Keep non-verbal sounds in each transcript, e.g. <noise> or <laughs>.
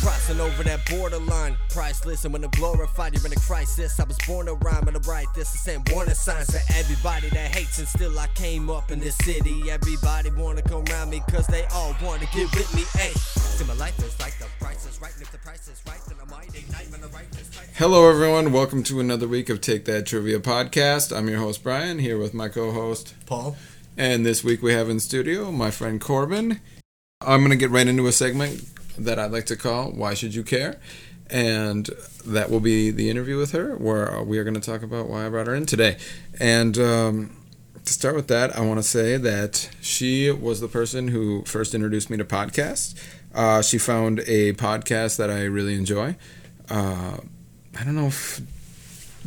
crossing over that borderline. Priceless, and when I'm glorified, you're in a crisis. I was born to rhyme, and I write this to send warning signs to everybody that hates. And still, I came up in this city. Everybody wanna come round me, cause they all wanna get with me. Hey, see, my life is like the price is right, and if the price is right, then I might ignite when I write this type. Hello, everyone. Welcome to another week of Take That Trivia podcast. I'm your host, Brian, here with my co host. Paul? And this week we have in studio my friend Corbin. I'm going to get right into a segment that I'd like to call Why Should You Care? And that will be the interview with her, where we are going to talk about why I brought her in today. And um, to start with that, I want to say that she was the person who first introduced me to podcasts. Uh, she found a podcast that I really enjoy. Uh, I don't know if.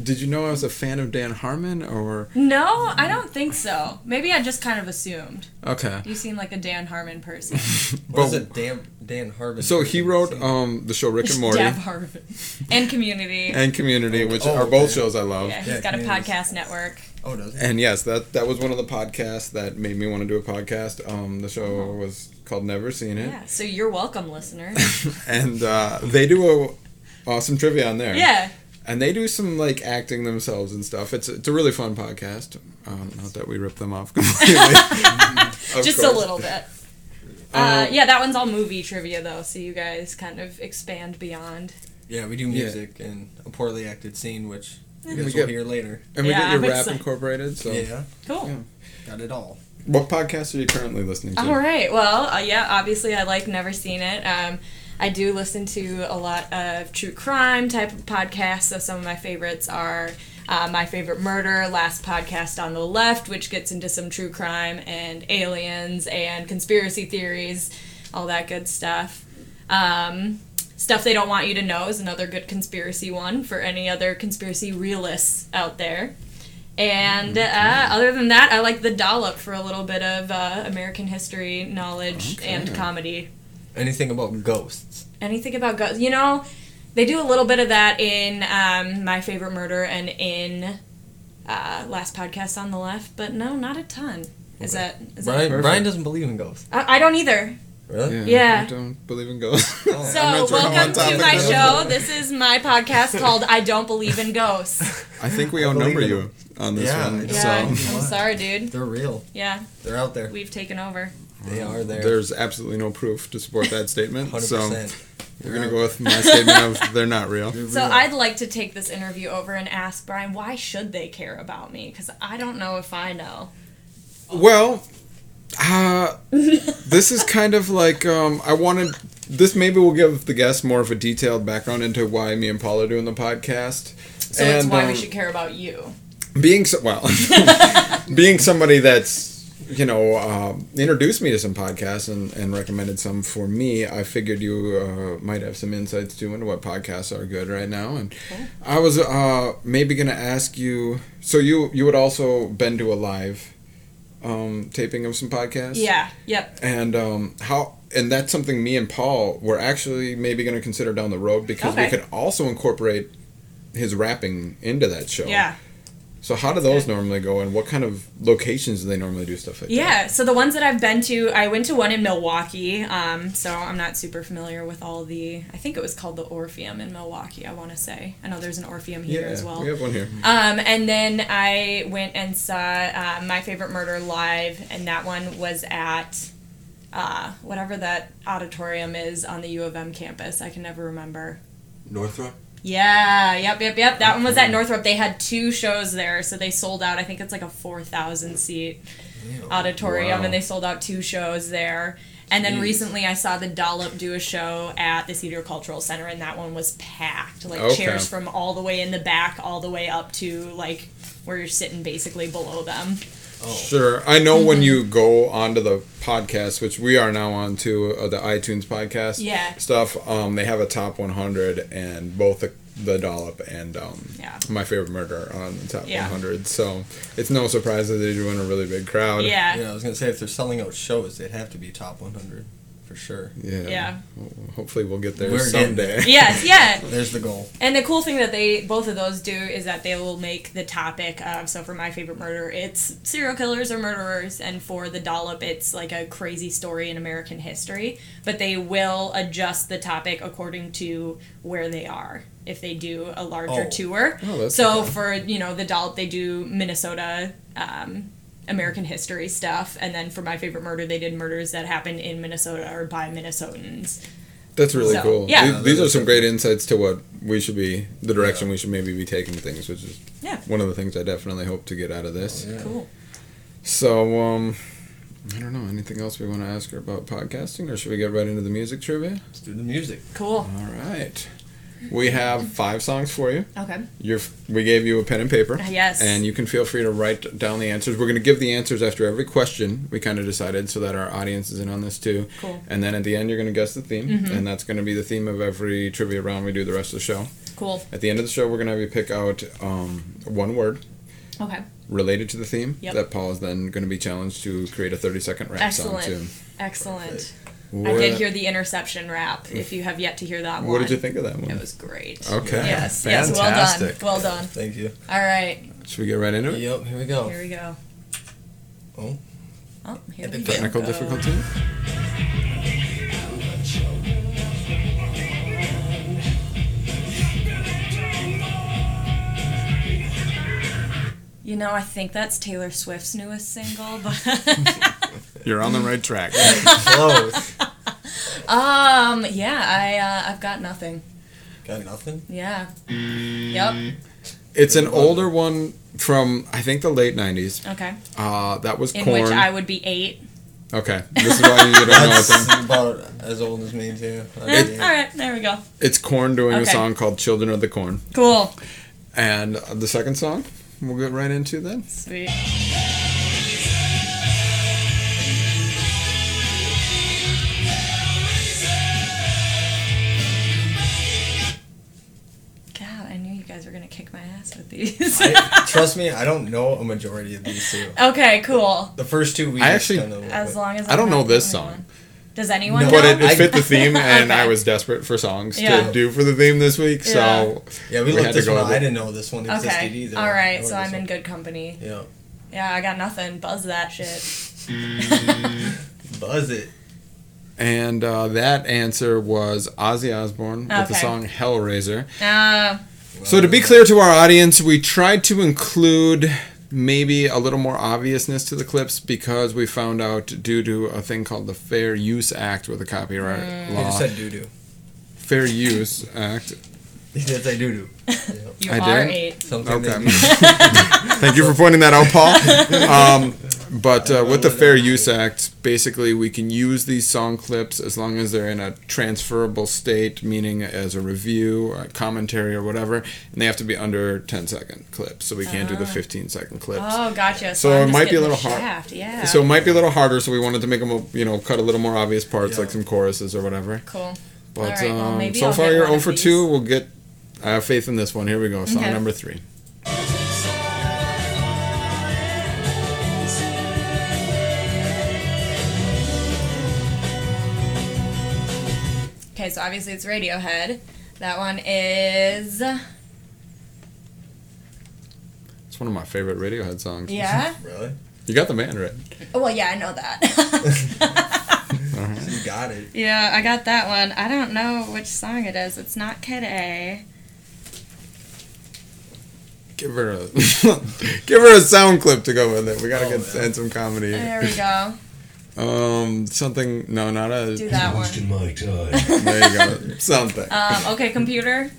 Did you know I was a fan of Dan Harmon or. No, I don't think so. Maybe I just kind of assumed. Okay. You seem like a Dan Harmon person. <laughs> What is But- it, Dan, Dan Harvin? So he wrote um, the show Rick and Morty Dab Harmon. And Community. and Community, which Oh, are both okay. shows I love. yeah, he's yeah, got a Community's- podcast network. Oh, does he? And yes, that that was one of the podcasts that made me want to do a podcast. Um, the show was called Never Seen It, Uh-huh. Yeah, so you're welcome, <laughs> listener. and uh, they do a awesome trivia on there. yeah, and they do some like acting themselves and stuff. It's it's a really fun podcast. Um, not that we rip them off <laughs> completely, Of <laughs> just course. a little bit. Uh, yeah, that one's all movie trivia, though, so you guys kind of expand beyond. Yeah, we do Yeah. music and a poorly acted scene, which you We guys will get- hear later. And we Yeah, get your I'm rap excited. incorporated. So, Yeah, Cool. Yeah. got it all. what podcast are you currently listening to? All right. Well, uh, yeah, obviously I like Never Seen It. Um, I do listen to a lot of true crime type of podcasts, so some of my favorites are uh, My Favorite Murder, Last Podcast on the Left, which gets into some true crime and aliens and conspiracy theories, all that good stuff. Um, Stuff They Don't Want You to Know is another good conspiracy one for any other conspiracy realists out there. And uh, other than that, I like the dollop for a little bit of uh, American history knowledge Okay. and comedy. Anything about ghosts? Anything about guns? You know, they do a little bit of that in um, My Favorite Murder and in uh, Last Podcast on the Left, but no, not a ton. Is that? Is Brian, Perfect. Brian doesn't believe in ghosts. that I, I don't either. Really? Yeah. I don't believe in ghosts. Oh. <laughs> I'm So, not sure how on welcome to topic that my is. show. This is my <laughs> podcast called I Don't Believe in Ghosts. I think we I believe outnumber in you on this Yeah, one. yeah. Yeah, So. I'm sorry, dude. They're real. Yeah, They're out there. we've taken over. They are there. There's absolutely no proof to support that statement. 100%. So we're gonna out. go with my statement of <laughs> they're not real. They're So real. I'd like to take this interview over and ask Brian, why should they care about me? Because I don't know if I know. Well, uh, this is kind of like um, I wanted. This maybe will give the guests more of a detailed background into why me and Paul are doing the podcast. So that's why we um, should care about you. being so well, <laughs> being somebody that's you know uh, introduced me to some podcasts and, and recommended some for me. I figured you uh, might have some insights too into what podcasts are good right now. And I was uh, maybe gonna ask you. So you you had also been to a live um, taping of some podcasts. Yeah. Yep. And um, how and that's something me and Paul were actually maybe going to consider down the road because we Okay. could also incorporate his rapping into that show. Yeah. So how do those normally go, and what kind of locations do they normally do stuff like that? Yeah. So the ones that I've been to, I went to one in Milwaukee. Um, so I'm not super familiar with all the. I think it was called the Orpheum in Milwaukee. I want to say. I know there's an Orpheum here as well. we have one here. Um, and then I went and saw uh, My Favorite Murder live, and that one was at uh, whatever that auditorium is on the U of M campus. I can never remember. Northrop. Yeah, yep, yep, yep. That one was at Northrop. They had two shows there, so they sold out. I think it's like a 4,000 seat auditorium, Wow. and they sold out two shows there. And then Jeez. recently I saw the Dollop do a show at the Cedar Cultural Center, and that one was packed. Like Okay. chairs from all the way in the back, all the way up to like where you're sitting basically below them. Oh. Sure, I know Mm-hmm. when you go onto the podcast, which we are now on to uh, the iTunes podcast Yeah. stuff. Um, they have a top 100, and both the, the dollop and um, Yeah. my favorite murder are on the top Yeah. 100. 100. So it's no surprise that they're doing a really big crowd. Yeah. Yeah, I was gonna say if they're selling out shows, they'd have to be top 100. for sure. Yeah. Yeah. Ho- Hopefully, we'll get there We're getting someday. <laughs> yes, yeah. There's the goal. And the cool thing that they both of those do is that they will make the topic of so for my favorite murder it's serial killers or murderers and for the dollop it's like a crazy story in American history but they will adjust the topic according to where they are if they do a larger Oh. tour. Oh, that's so okay. for you know the dollop they do Minnesota um, American history stuff and then for my favorite murder they did murders that happened in Minnesota or by Minnesotans. That's really So, cool. yeah. These- Yeah, These, that are is some good. great insights to what we should be, the direction we should maybe be taking things, which is Yeah. one of the things I definitely hope to get out of this. Yeah. Cool. So, um, I don't know. Anything else we want to ask her about podcasting, or should we get right into the music trivia? Let's do the music. Cool. All right. We have five songs for you. Okay. You're, we gave you a pen and paper. Ah, <laughs> yes. And you can feel free to write down the answers. We're going to give the answers after every question. We kind of decided so that our audience is in on this too. Cool. Mm-hmm. And then at the end, you're going to guess the theme, and that's going to be the theme of every trivia round we do the rest of the show. Cool. At the end of the show, we're going to have you pick out um, one word Okay. related to the theme Yep. that Paul is then going to be challenged to create a 30 second rap Excellent. song Excellent. to. I did hear the interception rap. If you have yet to hear that one, What did you think of that one? It was great. Okay. Yes. Fantastic. Yes. Well done. Well done. Thank you. All right. Should we get right into it? Yep. Here we go. Here we go. Oh. Oh, here we Epic go. Technical difficulty? You know, I think that's Taylor Swift's newest single, but <laughs> You're on the right track. Close. um, yeah, I uh, I've got nothing. <laughs> Got nothing. Yeah. Yep. Mm-hmm. It's an older one from I think the late '90s. Okay. Uh, that was In corn. which I would be eight. okay, this is why you don't know it. That's about as old as me too. I Eh, mean, All right. There we go. It's corn doing a Okay. song called "Children of the Corn," Cool. and the second song we'll get right into then. Sweet. God, I knew you guys were gonna kick my ass with these. I, trust me, I don't know a majority of these two. <laughs> okay, cool. The first two we I just actually- kind of As long as I don't I'm know not this the only song. one. Does anyone? No. know? But it, it I- fit the theme, and I <laughs> Okay. was desperate for songs Yeah. to do for the theme this week. So Yeah, we, We had looked to this go one. with it. I didn't know this one existed okay. either. All I right, looked so this I'm in one- good company. Yeah, Yeah, I got nothing. Buzz that <laughs> shit. buzz it. <laughs> and uh, that answer was Ozzy Osbourne with the Okay. song "Hellraiser." Uh, So to be clear to our audience, we tried to include maybe a little more obviousness to the clips because we found out due to a thing called the Fair Use Act with the copyright Mm. you law. just said doo doo. Fair Use Act. You did say doo <laughs> doo. you I are did? eight. Something Okay. that Thank you for pointing that out, Paul. Um, but uh, with the Fair Use Act, basically we can use these song clips as long as they're in a transferable state, meaning as a review, or a commentary, or whatever, and they have to be under 10 second clips. So we can't do the 15 second clips. Ah. Oh, gotcha. So, So I'm it just might be a getting the little hard- Shaft. Yeah. So it might be a little harder, so we wanted to make them, you know, cut a little more obvious parts, Yeah. like some choruses or whatever. cool. But Alright, well, um, maybe so I'll far, get you're 0 one of for these. 2. We'll get. I have faith in this one. Here we go. Song Okay. number three. Okay, so obviously it's Radiohead. That one is It's one of my favorite Radiohead songs. yeah. really. You got the band right. Oh, well, yeah, I know that. You got it. yeah, I got that one. I don't know which song it is. It's not Kid A. Give her a <laughs> give her a sound clip to go with it. We gotta Oh, get man. and some comedy. There we go. Um, something. No, not a. Do that one. Wasting my time. There you <laughs> go. something. Um, <laughs> okay, computer.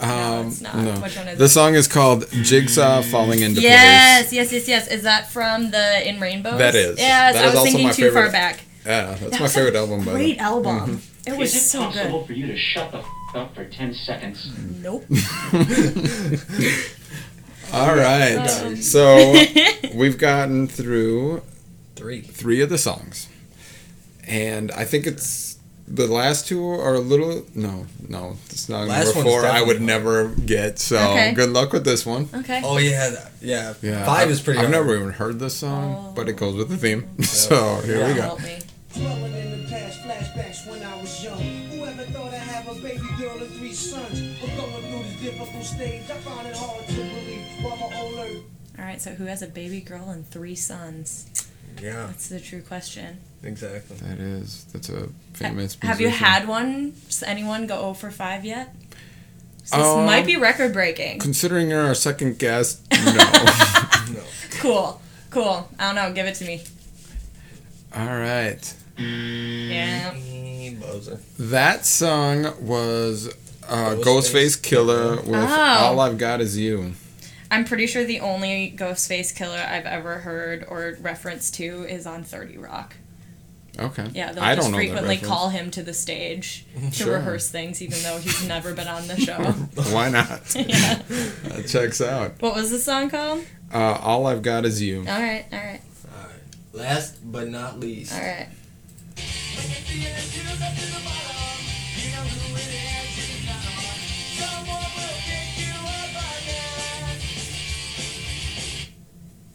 No, Um, it's not. no. Which one is the it? song is called "Jigsaw Falling into Yes, yes, yes, yes. Is that from the In Rainbows? That is. Yes, That I is was also thinking my too far favorite. back. Place." Yeah, that's That my was a favorite album. By the way. Great album. Mm-hmm. It was Is it so possible good. for you to shut the f- up for 10 seconds? <laughs> Nope. All right. Um. So we've gotten through Three. three of the songs, and I think it's the last two are a little no, no. It's not Last number one's four. I would definitely- never get. So Okay. good luck with this one. okay. Oh yeah, that- yeah. Yeah, Five I- is pretty. I've hard. never even heard this song, but it goes with the theme. <laughs> so here we Oh. Yeah, go. help me. Dwelling in the past, flashbacks baby girl and three sons. But going through this difficult stage, I find it hard to believe why my own earth All right, so who has a baby girl and three sons? Yeah, That's the true question. exactly. That is. That's a famous. Have you musician. had one? Does anyone go 0 for 5 yet? So this Um, might be record breaking. Considering you're our second <laughs> guest, no. No. Cool. Cool. I don't know. Give it to me. All right. Mm. Yeah. Eh, Buzzer. That song was uh, Ghostface, Ghostface Killer with Oh. All I've Got Is You. I'm pretty sure the only Ghostface killer I've ever heard or referenced to is on 30 Rock. Okay. Yeah, they'll I just don't know frequently that Mm, call him to the stage to Sure. rehearse things, even though <laughs> he's never been on the show. reference. Why not? <laughs> yeah. That checks out. What was the song called? Uh, All I've Got Is You. All right, all right, Last but not least. all right.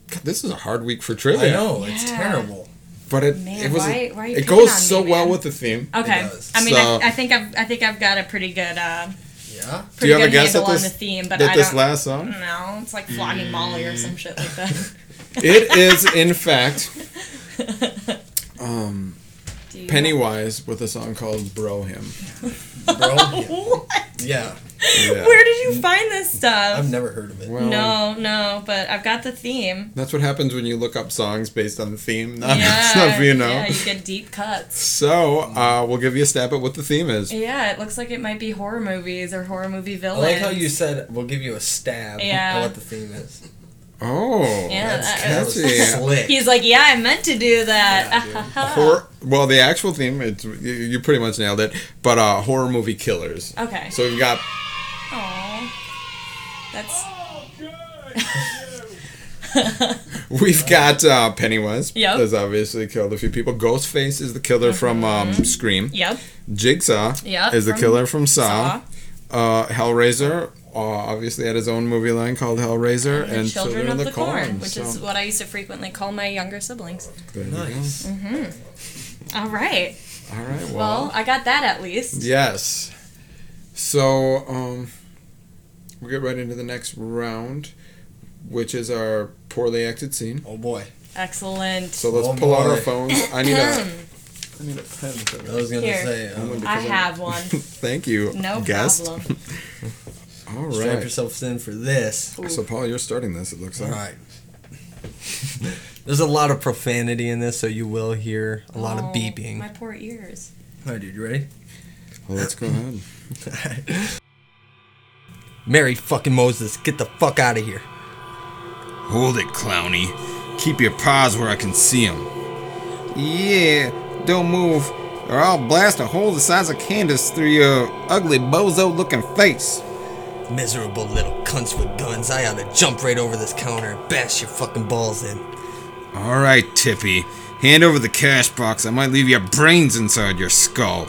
God, This is a hard week for trivia. I know it's Yeah. terrible. But it Man, it was why- why are you it picking goes on me, so well man? Oh, with the theme. Okay. It does. I mean, So- I, I think I've I think I've got a pretty good uh, Yeah. pretty have a good guess handle at on this- the theme, but Did I this don't. last song? <laughs> no, it's like flogging Molly or some shit like that. it is in fact um, <laughs> Do you- Pennywise with a song called Bro <laughs> Him. Bro. Yeah. What? Yeah. Yeah. Where did you find this stuff? I've never heard of it. Well, no, no, but I've got <laughs> the theme. That's what happens when you look up songs based on theme, <laughs> not Yeah, stuff you know. yeah, you get deep cuts. So uh, we'll give you a stab at what the theme is. Yeah, it looks like it might be horror movies or horror movie I villains. like how you said we'll give you a stab Yeah. at what the theme is. Oh, Yeah, That's that- that was slick. He's like, yeah, I meant to do that. Yeah, dude. Hor- well, the actual theme it's you, you pretty much nailed it, but uh, horror movie killers. <laughs> okay. So we've got Aw. That's we've got uh, Pennywise. Yep. Mm-hmm. has obviously killed a few people. Ghostface is the killer from um, Scream. <laughs> yep. Jigsaw Yep, is the Uh, from killer from Saw. Saw. Uh, Hellraiser. Uh, obviously had his own movie line called Hellraiser and, And Children of the, Corn, which so is what I used to frequently call my younger siblings. there you go. Nice. All right. All right. well Well, I got that at least. Yes. So um, we get right into the next round, which is our poorly acted scene. Oh boy. Excellent. So let's Oh, pull out our boy. phones. I need a. I need a pen for that. I was gonna Here. say. Um, Only I because I'm- <laughs> have one. Thank you. No guest. problem. All strap right. yourself thin for this. So Paul, you're starting this. It looks All like. right. <laughs> There's a lot of profanity in this, so you will hear a lot Oh, of beeping. My poor ears. All right, dude, you ready? Well, let's go ahead. Mary fucking Moses, get the fuck out of here. Hold it, clowny. Keep your paws where I can see 'em. Yeah, don't move, or I'll blast a hole the size of Candace through your ugly bozo-looking face. Miserable little cunts with guns. I ought to jump right over this counter and bash your fucking balls in. All right, Tippy. Hand over the cash box. I might leave your brains inside your skull.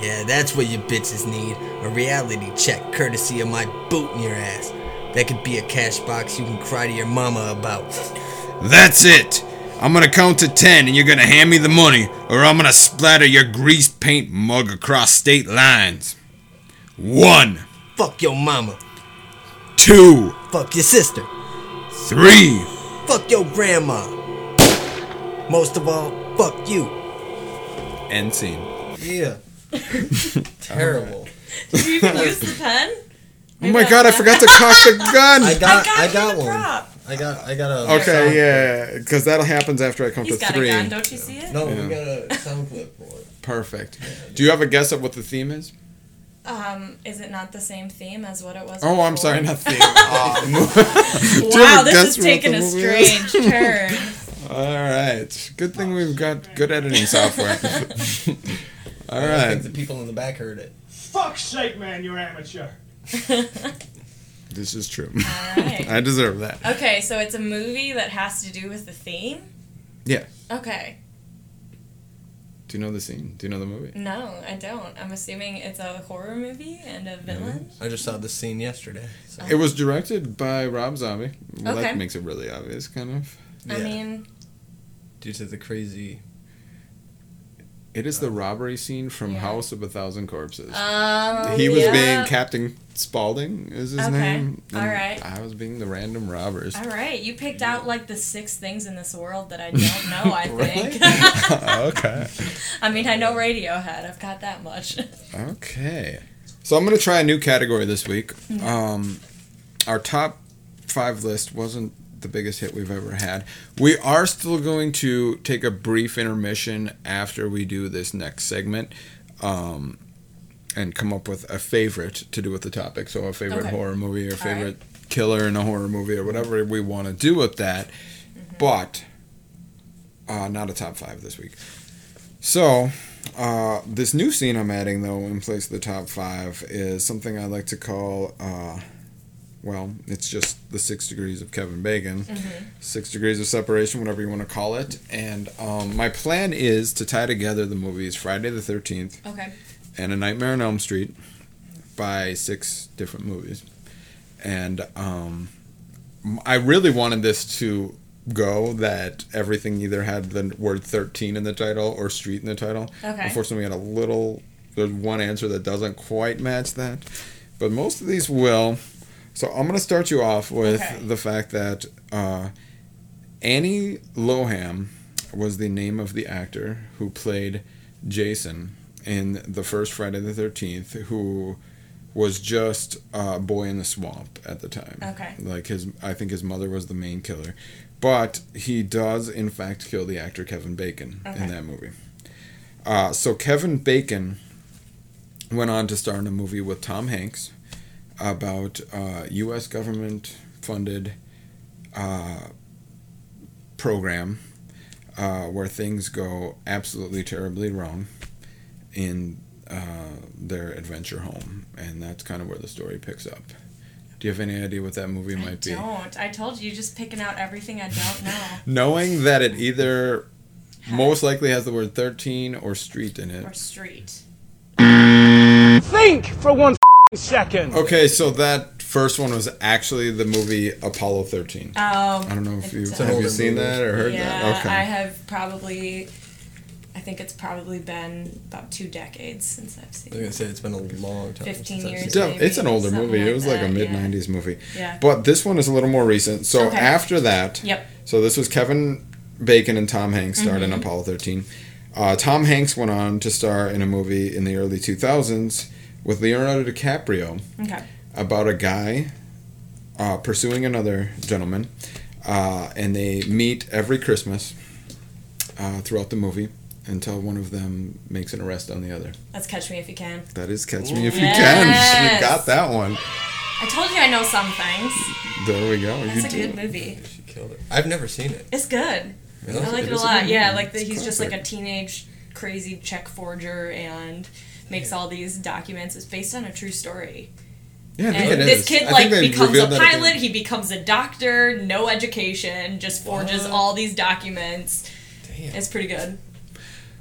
Yeah, that's what you bitches need. A reality check courtesy of my boot in your ass. That could be a cash box you can cry to your mama about. That's it. I'm gonna count to ten, and you're gonna hand me the money, or I'm gonna splatter your grease paint mug across state lines. One, Fuck your mama. two, Fuck your sister. three. Fuck your grandma. Most of all, fuck you. End scene. <laughs> Yeah. Terrible. Did you even use the pen? <laughs> Oh my god, I forgot to cock the I gun. <laughs> got I I got got you the one. prop. I got I got a Okay, yeah, because that'll happens after I count He's to got three. a gun. Don't you see it? No, Yeah. we got a sound clip for it. Perfect. Do you have a guess at what the theme is? Um, is it not the same theme as what it was? Oh, I'm before? sorry, not <laughs> theme. Uh, Do you have Wow, a this guess is what taking the a movie is? <laughs> strange turn. All right. Good thing we've got good editing software. <laughs> All I right. think the people in the back heard it. Fuck's sake, man, you're amateur. This is true. <laughs> Alright. I deserve that. Okay, so it's a movie that has to do with the theme? Yeah. Okay. Do you know the scene? Do you know the movie? No, I don't. I'm assuming it's a horror movie and a villain. I just saw this scene yesterday. So. It was directed by Rob Zombie. Well, Okay. That makes it really obvious, kind of. I Yeah. mean, Due to the crazy It is the robbery scene from House of a Thousand Corpses. Um, he was yeah. being Captain Spaulding, is his Okay. name. All and right. I was being the random <laughs> robbers. All right, you picked out like the six things in this world that <laughs> I don't know. I Really? think. <laughs> okay. I mean, I know Radiohead. I've got that much. <laughs> Okay. So I'm going to try a new category this week. Mm-hmm. Um, our top five list wasn't the biggest hit we've ever had. We are still going to take a brief intermission after we do this next segment um, and come up with a favorite to do with the topic. So, a favorite Okay. horror movie or All right. favorite killer in a horror movie or whatever we want to do with that. But uh, not a top five this week. So, uh, this new scene I'm adding, though, in place of the top five, is something I like to call, uh, well, it's just the six degrees of Kevin Bacon, six degrees of separation, whatever you want to call it. And um, my plan is to tie together the movies Friday the 13th okay. and A Nightmare on Elm Street by six different movies. And um, I really wanted this to go that everything either had the word 13 in the title or street in the title. Okay. Unfortunately, we had a little, there's one answer that doesn't quite match that. But most of these will. So I'm going to start you off with Okay. the fact that uh, Annie Loham was the name of the actor who played Jason in the first Friday the 13th, who was just a boy in the swamp at the time. Okay. Like his, I think his mother was the main killer. But he does, in fact, kill the actor Kevin Bacon Okay. in that movie. Uh, so Kevin Bacon went on to star in a movie with Tom Hanks about uh, U.S. government funded uh, program uh, where things go absolutely terribly wrong in uh, their adventure home, and that's kind of where the story picks up. Do you have any idea what that movie I might be? don't. I told you, just picking out everything I don't <laughs> know. Knowing that it either most likely has the word 13 or street in or it. street. think for one second. Okay, so that first one was actually the movie Apollo 13. Oh. I don't know if you it's, have uh, you seen that or heard yeah, that. Okay. I have probably. I think it's probably been about two decades since I've I was seen. gonna it. say it's been a long time. 15 since I've years. seen It's it. a- it's an older Something movie. like it was like that, a yeah. mid '90s movie. Yeah. But this one is a little more recent. So Okay. after that, Yep. Mm-hmm. so this was Kevin Bacon and Tom Hanks starred in Apollo 13. Uh, Tom Hanks went on to star in a movie in the early 2000s with Leonardo DiCaprio Okay. about a guy uh, pursuing another gentleman, uh, and they meet every Christmas uh, throughout the movie until one of them makes an arrest on the other. Let's catch me if you can. That is Catch Me If You Can. <laughs> You Yes. got that one. I told you I know some things. There we go. It's you a did. good movie. She killed it. I've never seen it. It's good. Really? I like it, a is a lot. good yeah, movie. like that It's he's just like a classic. teenage crazy check forger and makes all these documents. It's based on a true story. Yeah, I think And it this is. I kid think like they becomes a revealed that at the- pilot, he becomes a doctor, no education, just forges all these documents. Damn. It's pretty good.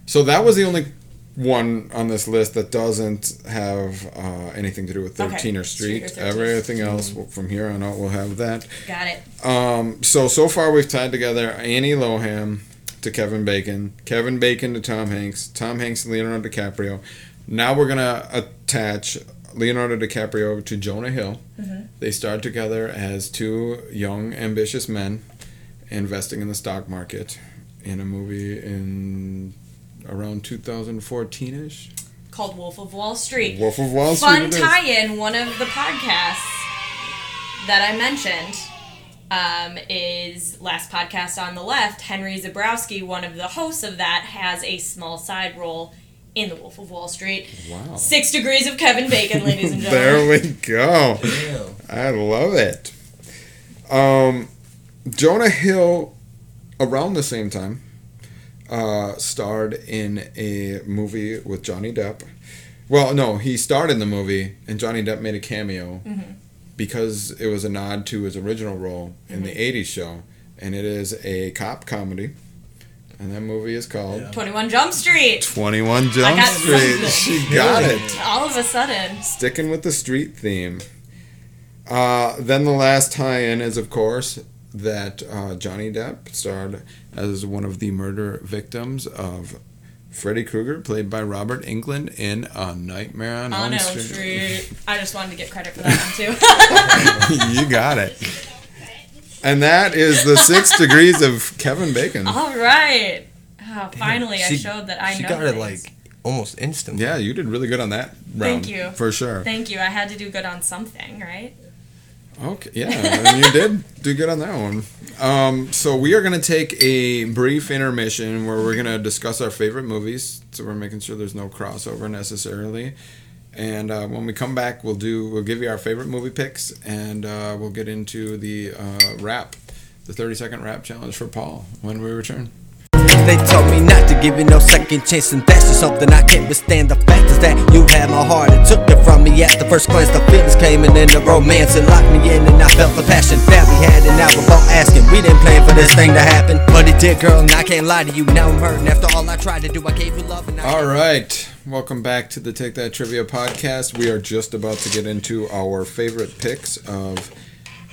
So that was the only one on this list that doesn't have uh, anything to do with 13 or Okay. Street. Street or 13. Everything else will- from here on out will have that. Got it. Um, so so far we've tied together Annie Loham to Kevin Bacon, Kevin Bacon to Tom Hanks, Tom Hanks to Leonardo DiCaprio. Now we're gonna attach Leonardo DiCaprio to Jonah Hill. They starred together as two young ambitious men investing in the stock market in a movie in around 2014 ish. Called Wolf of Wall Street. Wolf of Wall Street. Fun it is. tie-in. One of the podcasts that I mentioned um, is last podcast on the left. Henry Zabrowski, one of the hosts of that, has a small side role in The Wolf of Wall Street. Wow. Six degrees of Kevin Bacon, ladies <laughs> and There gentlemen. we go. Damn. I love it. Um, Jonah Hill, around the same time, uh, starred in a movie with Johnny Depp. Well, no, he starred in the movie, and Johnny Depp made a cameo Mm-hmm. because it was a nod to his original role in Mm-hmm. the '80s show, and it is a cop comedy, and that movie is called Twenty-one Jump Street. Twenty One I Jump got Street. something. She got it All of a sudden, sticking with the street theme. Uh, then the last tie-in is, of course, that uh, Johnny Depp starred as one of the murder victims of Freddy Krueger, played by Robert England in A Nightmare on, On Elm Elm Street. Street. I just wanted to get credit for that one <laughs> too. <laughs> you got it. And that is the six degrees of Kevin Bacon. All right. Oh, finally, I She- showed that I she know. got it things. like almost instant. Yeah, you did really good on that round. you. For sure. Thank you. I had to do good on something, right? Okay, yeah, and you did do good on that one. Um, so we are going to take a brief intermission where we're going to discuss our favorite movies. So we're making sure there's no crossover necessarily. And uh, when we come back, we'll do we'll give you our favorite movie picks, and uh, we'll get into the uh, rap, the 30 second rap challenge for Paul when we return. They told me not to give you no second chance, and that's just something I can't withstand. The fact is that you had my heart and took it from me at the first glance. The feelings came in, and the romance and locked me in, and I felt the passion that we had. And now we're both asking, we didn't plan for this thing to happen, but it did, girl. And I can't lie to you, now I'm hurting. After all I tried to do, I gave you love, and I All right, welcome back to the Take That Trivia podcast. We are just about to get into our favorite picks of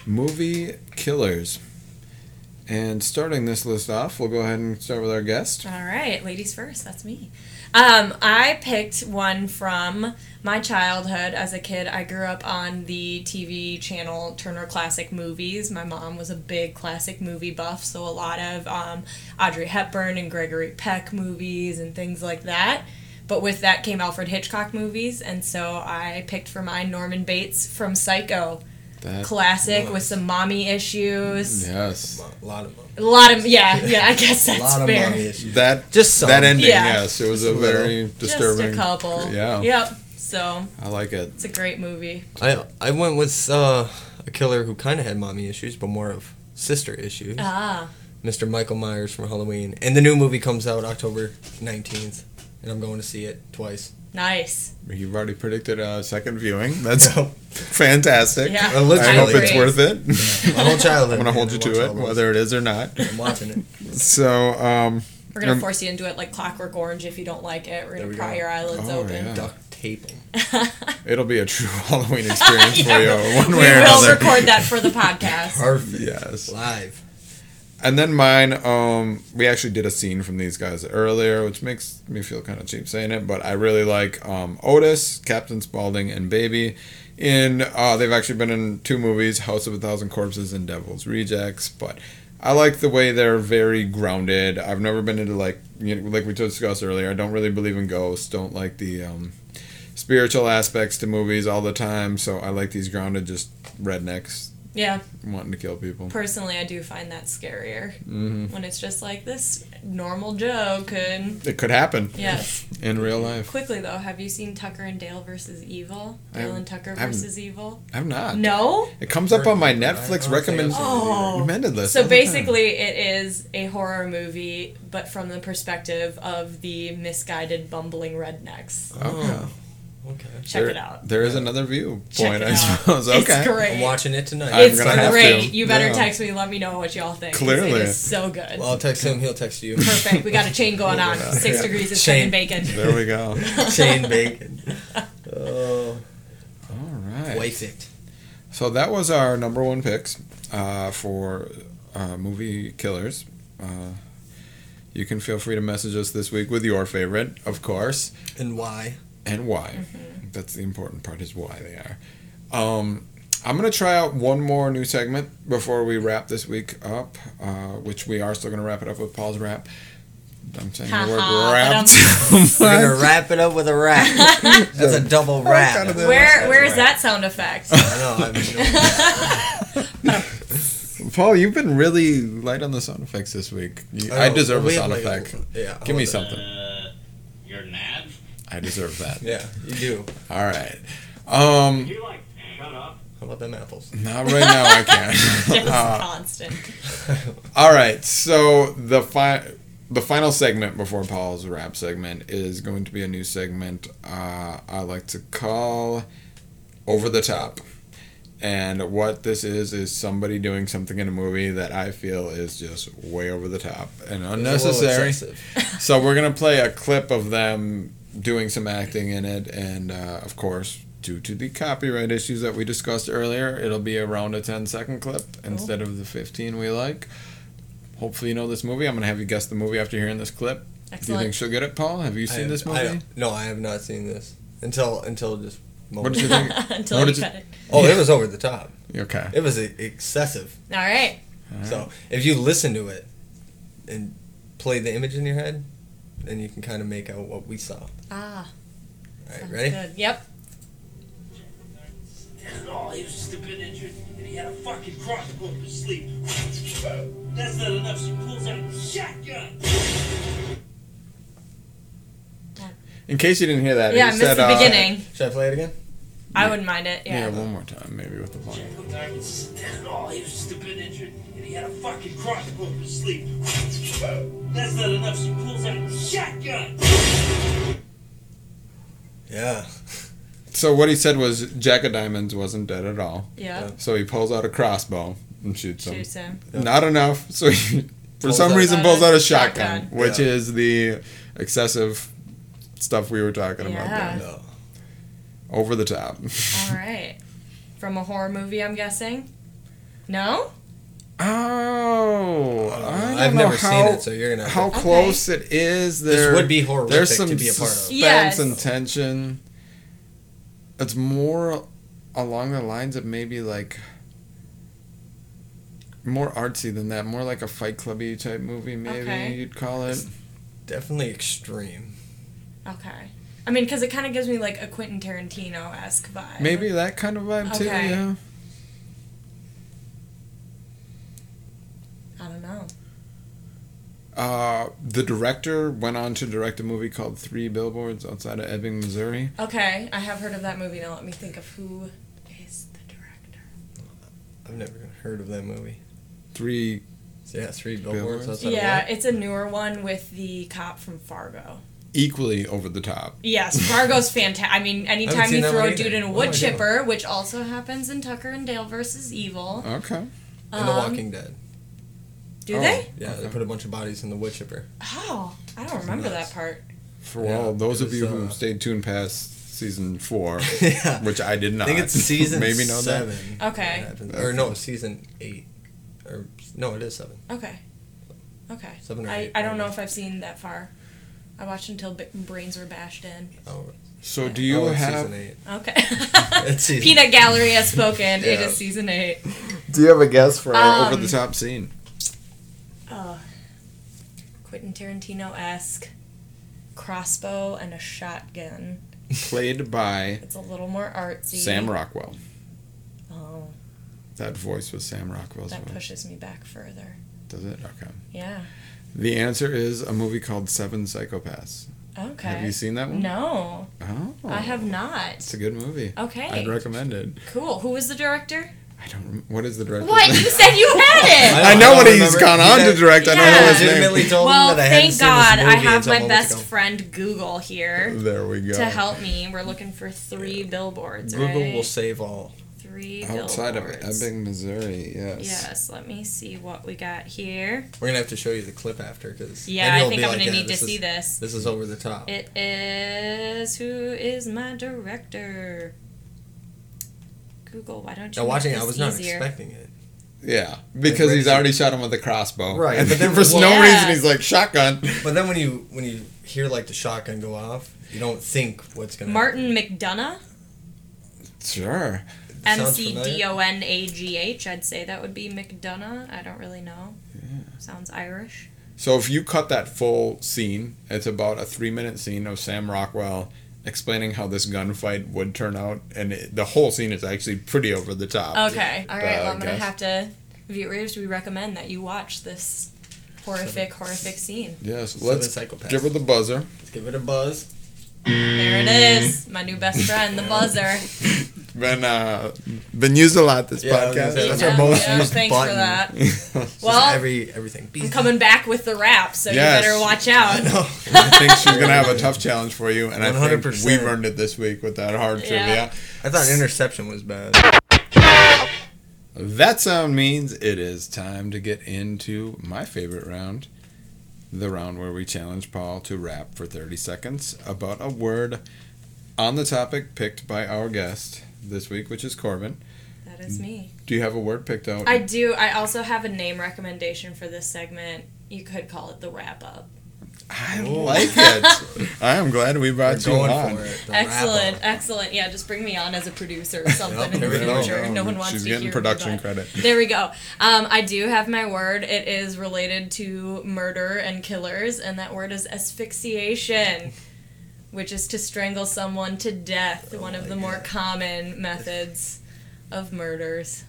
movie killers. And starting this list off, we'll go ahead and start with our guest. All right, ladies first. That's me. Um, I picked one from my childhood. As a kid, I grew up on the TV channel Turner Classic Movies. My mom was a big classic movie buff, so a lot of um, Audrey Hepburn and Gregory Peck movies and things like that. But with that came Alfred Hitchcock movies, and so I picked for mine Norman Bates from Psycho. That- Classic with some mommy issues. Yes. A lot of them. A lot of yeah, yeah. I guess that's Mm-hmm. <laughs> A lot of fair. mommy issues. That Just some. that ending, Yeah. yes. It was a Just a little. very disturbing. Just a couple. Yeah. Yep. So I like it. it's a great movie. I I went with uh, a killer who kind of had mommy issues, but more of sister issues. Ah, Mr. Michael Myers from Halloween, and the new movie comes out October nineteenth, and I'm going to see it twice. nice. You've already predicted a second viewing. That's <laughs> fantastic. Yeah. I looked I hope Great. it's worth it. My whole <laughs> childhood. I'm going to hold you I to watched it, all those. whether it is or not. I'm watching it. So, um, We're gonna Um, force you into it like Clockwork Orange if you don't like it. We're gonna we pry go. your <laughs> eyelids Oh, open. yeah. Duct tape. 'em. It'll be a true <laughs> Halloween experience for you, one we way or will another. record that <laughs> for the podcast. Perfect. Yes. Live. And then mine, um, we actually did a scene from these guys earlier, which makes me feel kind of cheap saying it, but I really like um, Otis, Captain Spaulding, and Baby. In uh, they've actually been in two movies, House of a Thousand Corpses and Devil's Rejects, but I like the way they're very grounded. I've never been into like you know, like we discussed earlier. I don't really believe in ghosts. Don't like the um, spiritual aspects to movies all the time. So I like these grounded, just rednecks Yeah. wanting to kill people. Personally, I do find that scarier Mm-hmm. when it's just like this normal Joe could. It could happen Yes. in real life. Quickly though, have you seen Tucker and Dale versus Evil? I Dale haven't- and Tucker I haven't. versus Evil? I'm not. No. It comes up on my I Netflix don't recommend- think I've seen it either. Oh. recommended list. all So the time. basically, it is a horror movie, but from the perspective of the misguided, bumbling rednecks. Okay. Okay. Oh. Check There- it out. There is another view Check point, it I out. suppose. Okay. It's great. I'm watching it tonight. I'm it's gonna have great. to. You better Yeah. text me. Let me know what y'all think. 'cause Clearly. it is so good. Well, I'll text him. He'll text you. <laughs> Perfect. We got a chain going on. Six Yeah. degrees of Kevin Chain. bacon. There we go. <laughs> Shane Bacon. Oh, All right. perfect. So that was our number one picks uh, for uh, movie killers. Uh, you can feel free to message us this week with your favorite, of course, And why? and why. Mm-hmm. That's the important part is why they are. Um, I'm gonna try out one more new segment before we wrap this week up, uh, which we are still gonna wrap it up with Paul's wrap. I'm saying the Ha ha, word wrap. but <laughs> too We're much. gonna wrap it up with a wrap. <laughs> That's a double wrap. out of there. Where Where is that sound <laughs> effect? I know. I mean, Paul, you've been really light on the sound effects this week. You, <laughs> I, know, deserve a Oh, we sound have, like, effect. yeah. I Give me want that. something. Uh, your nav? I deserve that. Yeah, you do. All right. Um, You like shut up? How about <laughs> them apples? <laughs> not right now. I can't. Just constant. All right. So the fi- the final segment before Paul's rap segment is going to be a new segment uh, I like to call Over the Top. And what this is is somebody doing something in a movie that I feel is just way over the top and unnecessary. It's a little excessive. So we're gonna play a clip of them doing some acting in it, and uh, of course, due to the copyright issues that we discussed earlier, it'll be around a 10 second clip instead of the 15 we like. Hopefully, you know this movie. I'm gonna have you guess the movie after hearing this clip. Do you Excellent. think <laughs> she'll get it, Paul? Have you I seen have- this I movie? don't- no, I have not seen this until until just. What Moments. did you think? Until What you did you- cut it. <laughs> oh, it was over the top. Okay. It was e- excessive. All right. So if you listen to it and play the image in your head, then you can kind of make out what we saw. All Ah, right, sounds ready? good. Yep. And all, he was just a bit injured, and he had a fucking crossbow up his sleeve. That's not enough. She pulls out a shotgun. In case you didn't hear that, Yeah, he I missed said, the uh, beginning. Should I play it again? I wouldn't mind it. Yeah, Yeah. one more time, maybe with the plane. And all, he was just a bit injured, and he had a fucking crossbow up his sleeve. <laughs> That's not enough. She pulls out a shotgun. Yeah. So what he said was Jack of Diamonds wasn't dead at all. Yeah. So he pulls out a crossbow and shoots him. Shoots him. Not enough. <laughs> So he, for Pulls some out- reason, Out pulls a out a shotgun, shotgun. which Yeah. is the excessive stuff we were talking about. Yeah. There. No. Over the top. <laughs> All right. From a horror movie, I'm guessing. No. Oh, I don't I've know never seen how, it, so you're gonna have how to- Okay. close it is. There, This would be horrific There's some to be a part of. suspense Yes. and tension. It's more along the lines of maybe like more artsy than that, more like a Fight Clubby type movie. Maybe Okay. you'd call it. Definitely extreme. Okay. I mean, because it kind of gives me like a Quentin Tarantino esque vibe. Maybe that kind of vibe too. Okay. Yeah. I don't know. Uh, the director went on to direct a movie called Three Billboards Outside of Ebbing, Missouri. Okay, I have heard of that movie. Now let me think of who is the director. I've never heard of that movie. Three. So, yeah, three billboards. Billboards? outside of yeah, Wal- it's a newer one with the cop from Fargo. Equally over the top. Yes, <laughs> Fargo's fantastic. I mean, anytime seen you that throw one a dude either. Oh in a What wood am I doing? chipper, which also happens in Tucker and Dale versus Evil. Okay. And um, The Walking Dead. Do Oh. they? Yeah, Okay. they put a bunch of bodies in the <laughs> wood chipper. Oh, I don't remember nuts. that part. For Yeah, all those it of was, you who uh, stayed tuned past season four, yeah. which I did I not. think it's <laughs> season Maybe know seven. Okay. that happens. Or no, season eight. Or no, it is seven. Okay. Okay. Seven or I, eight, I don't know maybe. if I've seen that far. I watched until b- brains were bashed in. Oh, that. So do you oh, it's have season eight. <laughs> Okay. <laughs> It's season- Peanut Gallery has spoken. It Yeah. is season eight. do you have a guess for our Um, over the top scene? Oh. Quentin Tarantino esque crossbow and a shotgun. Played by It's a little more artsy. Sam Rockwell. Oh, That voice was Sam Rockwell's that voice. pushes me back further. Does it? Okay. Yeah. The answer is a movie called Seven Psychopaths. Okay. Have you seen that one? No, Oh, I have It's not. a good movie. Okay. I'd recommend it. Cool. Who was the director? I don't. Rem- what is the director? What? You said you <laughs> had it. I know I what don't he's remember. gone on to Yeah. direct. I Yeah. don't know his legitimately name. told Uh, Well, him that I hadn't thank seen this God I movie have until my moments best ago. friend Google here There we go. to help me. We're looking for three billboards, Google right? will save all. three Outside of billboards. Ebbing, Missouri. Yes. Yes, let me see what we got here. We're gonna have to show you the clip after because Yeah, I think I'm gonna need to see this. This is over the top. It is who is my director? Google, why don't you? now make watching, it, this I was not easier? expecting it. Yeah, because he's Richard- already shot him with a crossbow. <laughs> Right, and but then then- for well- no Yeah. reason he's like shotgun. But then when you when you hear like the shotgun go off, you don't think what's gonna. Martin McDonough, Sure. M Sounds C D familiar. O N A G H. I'd say that would be McDonough. I don't really know. Sounds Irish. So if you cut that full scene, it's about a three-minute scene of Sam Rockwell explaining how this gunfight would turn out, and it, the whole scene is actually pretty over the top. Okay, all right. Uh, well, I'm gonna guess. have to viewers. We recommend that you watch this horrific, horrific scene. Yes, Seven let's psychopaths. give her the buzzer. Let's give it a buzz. There it is, my new best friend, the buzzer. Been uh, been used a lot this Yeah, I was gonna podcast. say, That's yeah. our most yeah, used thanks for button. that. <laughs> most. Well, Every everything. I'm <laughs> coming back with the rap, so Yes. you better watch out. No. I think she's gonna have a tough challenge for you, and I think 100%. we've earned it this week with that hard trivia. Yeah. I thought interception was bad. That sound means it is time to get into my favorite round. The round where we challenge Paul to rap for 30 seconds about a word on the topic picked by our guest this week, which is Corbin. That is me. Do you have a word picked out? I do. I also have a name recommendation for this segment. You could call it the wrap up. I like <laughs> it. I am glad we brought you on. The wrap-up. Excellent, <laughs> excellent. Yeah, just bring me on as a producer <laughs> or something in there the we go. future. No one wants She's to getting hear production me, but- <laughs> credit. There we go. Um, I do have my word. It is related to murder and killers, and that word is asphyxiation, which is to strangle someone to death. One of the more common methods of murders.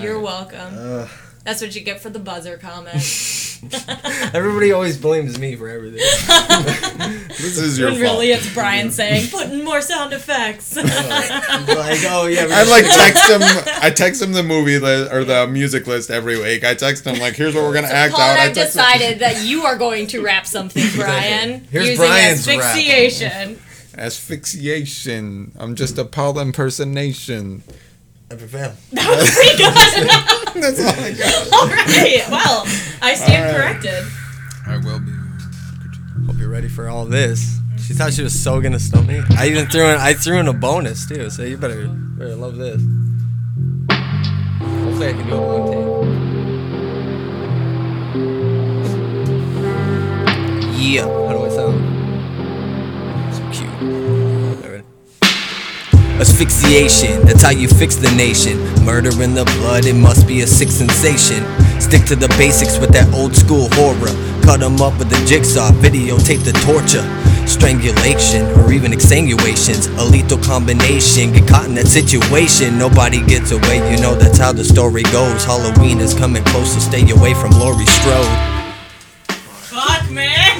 You're welcome. Ugh. That's what you get for the buzzer comment. <laughs> Everybody always blames me <laughs> for everything. This is your When fault. really it's Brian saying, "Put in more sound effects." like, oh yeah, we I <laughs> like text him. I text him the movie li- or the music list every week. I text him like, "Here's what we're gonna act Paul out." and I I've text decided that you are going to rap something, Brian. Here's using Brian's rap. asphyxiation. him, asphyxiation. I'm just a Paul impersonation. <laughs> I prevail. That was pretty good. <laughs> That's all I got. All right. Well, I stand All right. corrected. I will be. Hope you're ready for all this. She thought she was so gonna stump me. I even threw in I threw in a bonus too, so you better better love this. Hopefully I can do it in one take. Yeah. How do I sound? It's cute. Alright. Asphyxiation, that's how you fix the nation. Murder in the blood, it must be a sick sensation. Stick to the basics with that old school horror. Cut 'em up with a jigsaw, videotape the torture. Strangulation or even exsanguations, a lethal combination. Get caught in that situation, nobody gets away. You know that's how the story goes. Halloween is coming close, so stay away from Laurie Strode. Fuck man.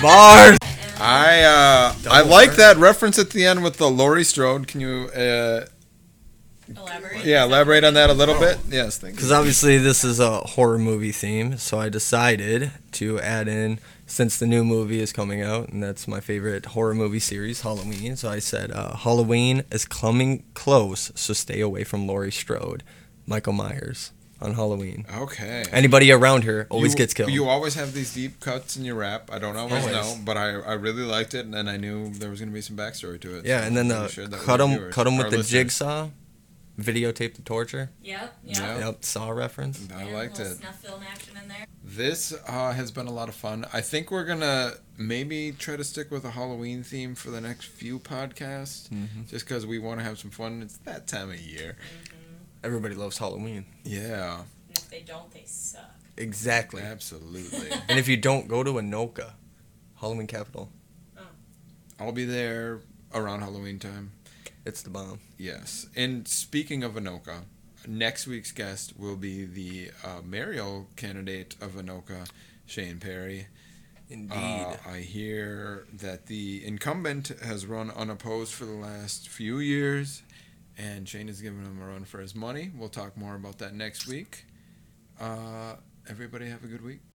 Bars. I uh, I Double like R. that reference at the end with the Laurie Strode. Can you uh, Elaborate. yeah elaborate on that a little bit? Yes, thank you. Because obviously this is a horror movie theme, so I decided to add in since the new movie is coming out, and that's my favorite horror movie series, Halloween. So I said uh, Halloween is coming close, so stay away from Laurie Strode, Michael Myers on Halloween. Okay. Anybody around her always You- gets killed. You always have these deep cuts in your rap. I don't always, Always. know, but I, I really liked it, and then I knew there was going to be some backstory to it. yeah, so and then I'm the sure that cut our 'em cut 'em viewers- cut 'em our with the listeners- jigsaw, videotape the torture. Yep. Yeah. Yep. Yep, saw reference. I liked it. Snuff film action in there. This uh, has been a lot of fun. I think we're gonna maybe try to stick with a Halloween theme for the next few podcasts, just because we want to have some fun. It's that time of year. Everybody loves Halloween. Yeah, And if they don't, they suck. Exactly. absolutely. And if you don't go to Anoka, Halloween Capital, I'll be there around Halloween time. it's the bomb. Yes. And speaking of Anoka, next week's guest will be the uh, mayoral candidate of Anoka, Shane Perry. Indeed. Uh, I hear that the incumbent has run unopposed for the last few years, and Shane has given him a run for his money. We'll talk more about that next week. Uh, everybody have a good week.